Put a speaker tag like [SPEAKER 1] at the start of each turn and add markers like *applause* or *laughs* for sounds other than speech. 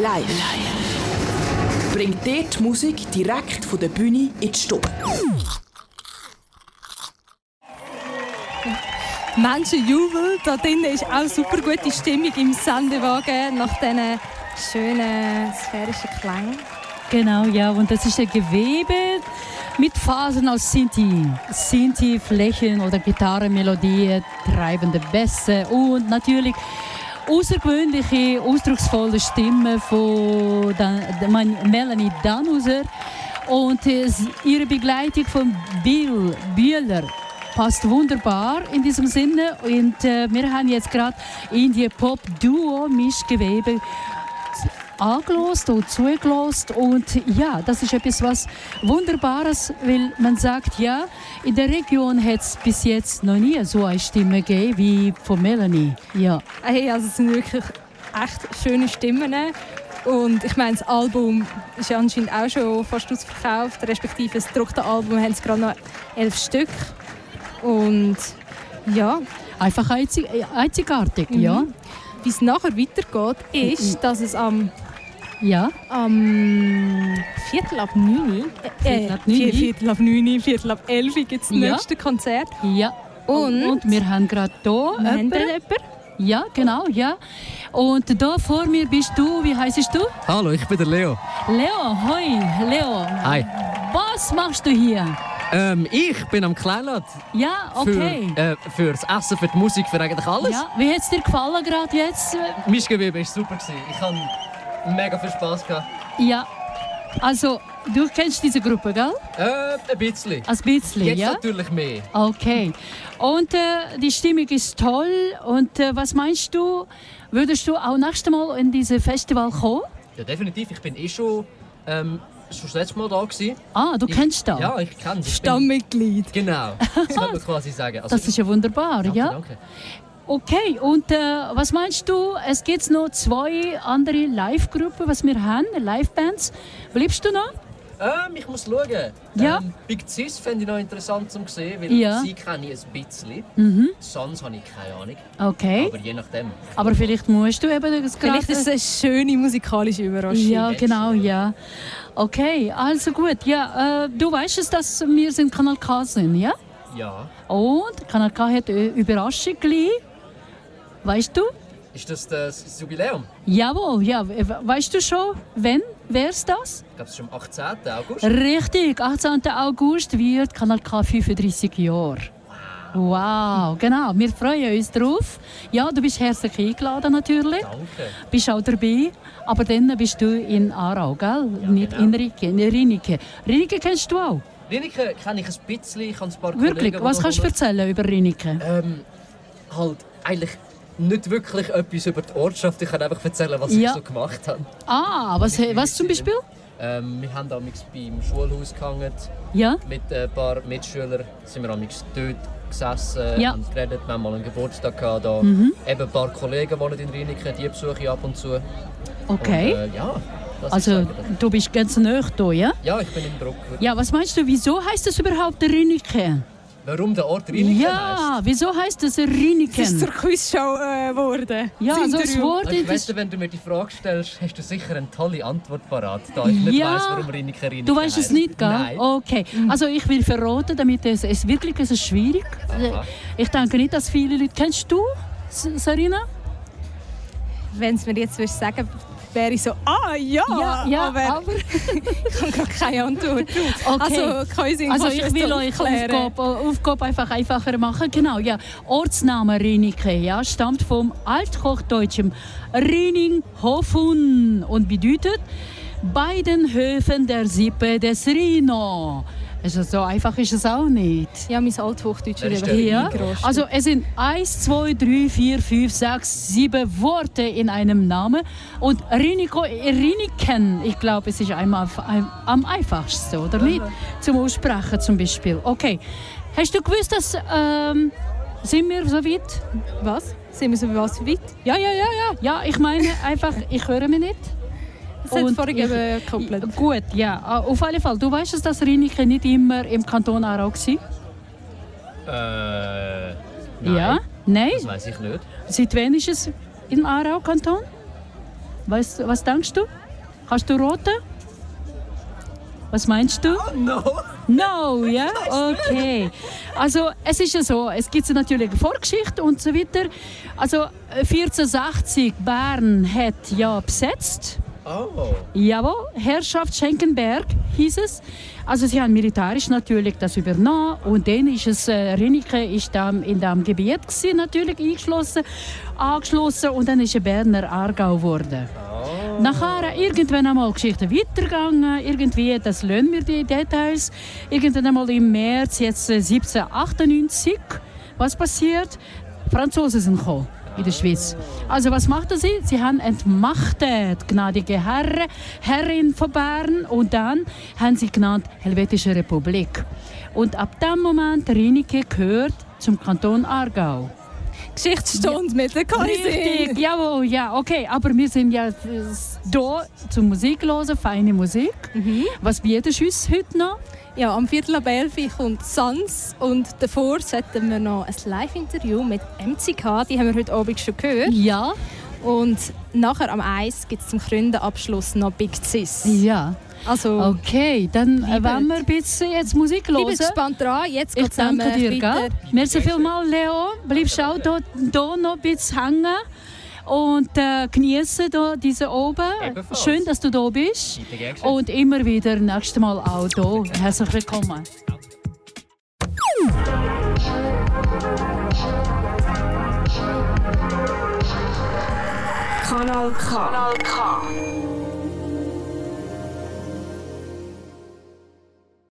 [SPEAKER 1] live. Bringt dir die Musik direkt von der Bühne in die Stube.
[SPEAKER 2] Menschen jubeln. Da drinnen ist auch super gute Stimmung im Sendewagen nach diesen schönen sphärischen Klängen.
[SPEAKER 3] Genau, ja, und das ist ein Gewebe mit Phasen aus Sinti. Sinti-Flächen oder Gitarrenmelodien, treibende Bässe und natürlich außergewöhnliche, ausdrucksvolle Stimme von Dan mein- Melanie Danhuser und äh, s- ihre Begleitung von Bill Bühler passt wunderbar in diesem Sinne und äh, wir haben jetzt gerade Indie-Pop-Duo-Mischgewebe angelost und zugelost und ja, das ist etwas was Wunderbares, weil man sagt ja, in der Region hat es bis jetzt noch nie so eine Stimme gegeben wie von Melanie. Ja.
[SPEAKER 2] Hey, also es sind wirklich echt schöne Stimmen. Und ich meine, das Album ist ja anscheinend auch schon fast ausverkauft, respektive das gedruckte Album haben es gerade noch elf Stück. Und ja, mhm.
[SPEAKER 3] Einfach einzig, äh, einzigartig, ja.
[SPEAKER 2] wie es nachher weitergeht, ist, dass es am,
[SPEAKER 3] Ja,
[SPEAKER 2] am Viertel ab 9
[SPEAKER 3] Viertel ab 9.
[SPEAKER 2] Viertel ab 9, Viertel ab 11 gibt es das
[SPEAKER 3] Ja.
[SPEAKER 2] nächste Konzert.
[SPEAKER 3] ja.
[SPEAKER 2] Und?
[SPEAKER 3] und wir haben gerade hier
[SPEAKER 2] Wir haben
[SPEAKER 3] jemanden.
[SPEAKER 2] da jemanden.
[SPEAKER 3] Ja, genau, ja. Und da vor mir bist du, wie heißt du?
[SPEAKER 4] Hallo, ich bin der Leo.
[SPEAKER 3] Leo, hoi, Leo.
[SPEAKER 4] Hi.
[SPEAKER 3] Was machst du hier?
[SPEAKER 4] Ähm, ich bin am Kleinlad.
[SPEAKER 3] Ja, okay.
[SPEAKER 4] Für, äh, fürs Essen, für die Musik, für eigentlich alles.
[SPEAKER 3] Ja, wie hat es dir gefallen gerade jetzt?
[SPEAKER 4] Mein Gewebe war super. gewesen. Ich hatte mega viel Spass. Gehabt.
[SPEAKER 3] Ja, also du kennst diese Gruppe, gell?
[SPEAKER 4] Äh, ein bisschen.
[SPEAKER 3] Ein bisschen,
[SPEAKER 4] Jetzt
[SPEAKER 3] Also, ja?
[SPEAKER 4] natürlich mehr.
[SPEAKER 3] Okay. Und äh, die Stimmung ist toll. Und äh, was meinst du, würdest du auch nächstes Mal in dieses Festival kommen?
[SPEAKER 4] Ja, definitiv. Ich bin eh schon, ähm, schon das letzte Mal da. Gewesen.
[SPEAKER 3] Ah, du
[SPEAKER 4] Ich-
[SPEAKER 3] kennst das?
[SPEAKER 4] Ja, ich kenne es.
[SPEAKER 2] Stammmitglied.
[SPEAKER 3] *laughs*
[SPEAKER 4] Genau, das kann man quasi sagen. Also,
[SPEAKER 3] Das ist ja wunderbar,
[SPEAKER 4] danke,
[SPEAKER 3] ja?
[SPEAKER 4] danke.
[SPEAKER 3] Okay, und äh, was meinst du, es gibt noch zwei andere Live-Gruppen, was wir haben, Live-Bands. Bleibst du noch?
[SPEAKER 4] Ähm, ich muss schauen.
[SPEAKER 3] Ja.
[SPEAKER 4] Ähm, Big Sis fände ich noch interessant zu sehen, weil
[SPEAKER 3] Ja. Mhm.
[SPEAKER 4] sie kenne ich ein bisschen. Sans habe ich keine Ahnung.
[SPEAKER 3] Okay,
[SPEAKER 4] Aber je nachdem.
[SPEAKER 3] aber vielleicht musst du eben das gerade-
[SPEAKER 2] Vielleicht
[SPEAKER 4] äh,
[SPEAKER 2] ist es eine schöne musikalische Überraschung.
[SPEAKER 3] Ja,
[SPEAKER 4] Jetzt,
[SPEAKER 3] genau,
[SPEAKER 4] oder?
[SPEAKER 3] ja. Okay, also gut. Ja, äh, du weißt es, dass wir sind Kanal K sind, ja?
[SPEAKER 4] Ja.
[SPEAKER 3] Und Kanal K hat eine Überraschung gleich. Weißt du?
[SPEAKER 4] Ist das das Jubiläum?
[SPEAKER 3] Jawohl, ja. We- Weißt du schon, wenn? Wer ist das?
[SPEAKER 4] Ich glaube, es ist am 18. August.
[SPEAKER 3] Richtig, 18. August wird Kanal K 35 Jahre. Wow, genau. Wir freuen uns drauf. Ja, du bist herzlich eingeladen natürlich.
[SPEAKER 4] Danke.
[SPEAKER 3] bist auch dabei, aber dann bist du in Aarau, gell? Nicht
[SPEAKER 4] genau.
[SPEAKER 3] in Rike, in Rinike. Rinike kennst du auch?
[SPEAKER 4] Linike kenne ich ein bisschen, ich habe ein paar
[SPEAKER 3] Wirklich?
[SPEAKER 4] Kollegen, die
[SPEAKER 3] Was
[SPEAKER 4] da
[SPEAKER 3] kannst du
[SPEAKER 4] wohnen.
[SPEAKER 3] erzählen über Rinike?
[SPEAKER 4] Ähm, halt eigentlich nicht wirklich etwas über die Ortschaft. Ich kann einfach erzählen, was
[SPEAKER 3] Ja.
[SPEAKER 4] ich so gemacht habe.
[SPEAKER 3] ah, was,
[SPEAKER 4] ich
[SPEAKER 3] was zum
[SPEAKER 4] Rinike
[SPEAKER 3] Beispiel?
[SPEAKER 4] Ähm, wir haben damals beim Schulhaus gehangen.
[SPEAKER 3] Ja?
[SPEAKER 4] Mit ein paar Mitschülern sind wir damals dort gesessen
[SPEAKER 3] Ja. Mhm.
[SPEAKER 4] und geredet. Wir haben mal einen Geburtstag gehabt. Da. Eben ein paar Kollegen wohnen in Rinike, die besuche ich ab und zu. Und,
[SPEAKER 3] Okay.
[SPEAKER 4] äh, ja, das ist
[SPEAKER 3] Also,
[SPEAKER 4] eigentlich.
[SPEAKER 3] du bist ganz nah da, ja?
[SPEAKER 4] Ja, ich bin im Druck. würde ich
[SPEAKER 3] Ja, was meinst du, wieso heißt es überhaupt Rinike?
[SPEAKER 4] Warum der Ort Rheineken
[SPEAKER 3] Ja, wieso heißt es Rinike?
[SPEAKER 2] Es ist zur Quizshow geworden.
[SPEAKER 3] Ja, so ein Wort
[SPEAKER 4] heisst?
[SPEAKER 3] in
[SPEAKER 4] Ich
[SPEAKER 3] das.
[SPEAKER 4] weiss, wenn du mir die Frage stellst, hast du sicher eine tolle Antwort parat, da ich nicht
[SPEAKER 3] Ja.
[SPEAKER 4] weiss, warum Rheineken Rheineken
[SPEAKER 3] Du weißt es
[SPEAKER 4] heisst.
[SPEAKER 3] nicht, gell?
[SPEAKER 4] Nein.
[SPEAKER 3] Okay. Also ich will verraten, damit es, es wirklich es ist schwierig.
[SPEAKER 4] Aha.
[SPEAKER 3] Ich denke nicht, dass viele Leute. Kennst du, S- Sarina?
[SPEAKER 2] Wenn es mir jetzt würdest sagen wäre ich so, ah ja, aber *laughs* ich habe gerade keine
[SPEAKER 3] *laughs*
[SPEAKER 2] Antwort.
[SPEAKER 3] Okay.
[SPEAKER 2] Also, kann ich
[SPEAKER 3] Also ich will euch Aufgabe, Aufgabe einfach einfacher machen. Genau, ja. Ortsname Rinike ja, stammt vom althochdeutschen Rinninghofen und bedeutet bei den Höfen der Sippe des Rhino. Also so einfach ist es auch nicht.
[SPEAKER 2] Ja, mein Althochdeutsch
[SPEAKER 4] Wer ist
[SPEAKER 2] ist
[SPEAKER 4] der
[SPEAKER 3] Ja,
[SPEAKER 2] hier.
[SPEAKER 3] also es sind 1, 2, 3, 4, 5, 6, 7 Worte in einem Namen. Und Riniko, Riniken, ich glaube, es ist einmal am- am einfachsten, oder nicht? Zum Aussprechen zum Beispiel. Okay. Hast du gewusst, dass... Ähm, sind wir so weit?
[SPEAKER 2] was? Sind wir so was weit? Ja, ja, ja, ja.
[SPEAKER 3] Ja, ich meine einfach, ich höre mich nicht.
[SPEAKER 2] Es hat
[SPEAKER 3] Und
[SPEAKER 2] vorhin
[SPEAKER 3] ich-
[SPEAKER 2] eben gekoppelt.
[SPEAKER 3] Gut, ja. Äh, Auf alle Fall, du weißt es, dass Riniken nicht immer im Kanton Aarau war?
[SPEAKER 4] Äh, nein.
[SPEAKER 3] Ja? Nein?
[SPEAKER 4] Das weiss ich nicht.
[SPEAKER 3] Seit wann ist es im Aarau-Kanton? Weißt, du- was denkst du? Kannst du roten? Was meinst du?
[SPEAKER 4] No!
[SPEAKER 3] No, ja? Okay. Also es ist ja so, es gibt natürlich eine Vorgeschichte und so weiter. Also 1480 Bern hat ja besetzt.
[SPEAKER 4] Oh!
[SPEAKER 3] Jawohl, Herrschaft Schenkenberg hieß es. Also sie haben militärisch natürlich das übernommen und dann ist es, äh, Rinnike ist da in dem Gebiet gewesen, natürlich eingeschlossen, angeschlossen und dann ist ein Berner Aargau geworden. Nachher irgendwann einmal die Geschichte weitergegangen, irgendwie, das lernen wir die Details. Irgendwann einmal im März, jetzt äh, 1798, was passiert? Franzosen sind gekommen in der Schweiz. Also was machten sie? Sie haben entmachtet gnadige Herren, Herrin von Bern und dann haben sie genannt Helvetische Republik. Und ab dem Moment Rienicke gehört zum Kanton Aargau.
[SPEAKER 2] Geschichtsstunde mit der Kaiserin.
[SPEAKER 3] Richtig, jawohl, ja, okay. Aber wir sind ja äh, da zum Musik hören, feine Musik. Was bietet uns heute noch?
[SPEAKER 2] Ja, am Viertel ab 11 kommt Sans und davor sollten wir noch ein Live-Interview mit MCK, die haben wir heute Abend schon gehört.
[SPEAKER 3] Ja,
[SPEAKER 2] Und nachher am 1 gibt es zum Gründenabschluss noch Big Sis.
[SPEAKER 3] ja.
[SPEAKER 2] Also,
[SPEAKER 3] Oh. Okay, dann äh,
[SPEAKER 2] Liebert.
[SPEAKER 3] wollen wir ein bisschen jetzt Musik
[SPEAKER 2] ich bin
[SPEAKER 3] hören.
[SPEAKER 2] gespannt dran, jetzt
[SPEAKER 3] Ich
[SPEAKER 2] geht's
[SPEAKER 3] danke
[SPEAKER 2] nämlich
[SPEAKER 3] dir,
[SPEAKER 2] weiter.
[SPEAKER 3] gell? Merci vielmals, Leo. Bleibst auch hier noch ein bisschen hängen und äh, genieße hier diese oben.
[SPEAKER 4] Ebenfalls.
[SPEAKER 3] Schön, dass du da bist.
[SPEAKER 4] Bitte, gern geschehen.
[SPEAKER 3] Und immer wieder nächstes Mal auch hier. Herzlich willkommen.
[SPEAKER 5] Kanal K. Kanal K.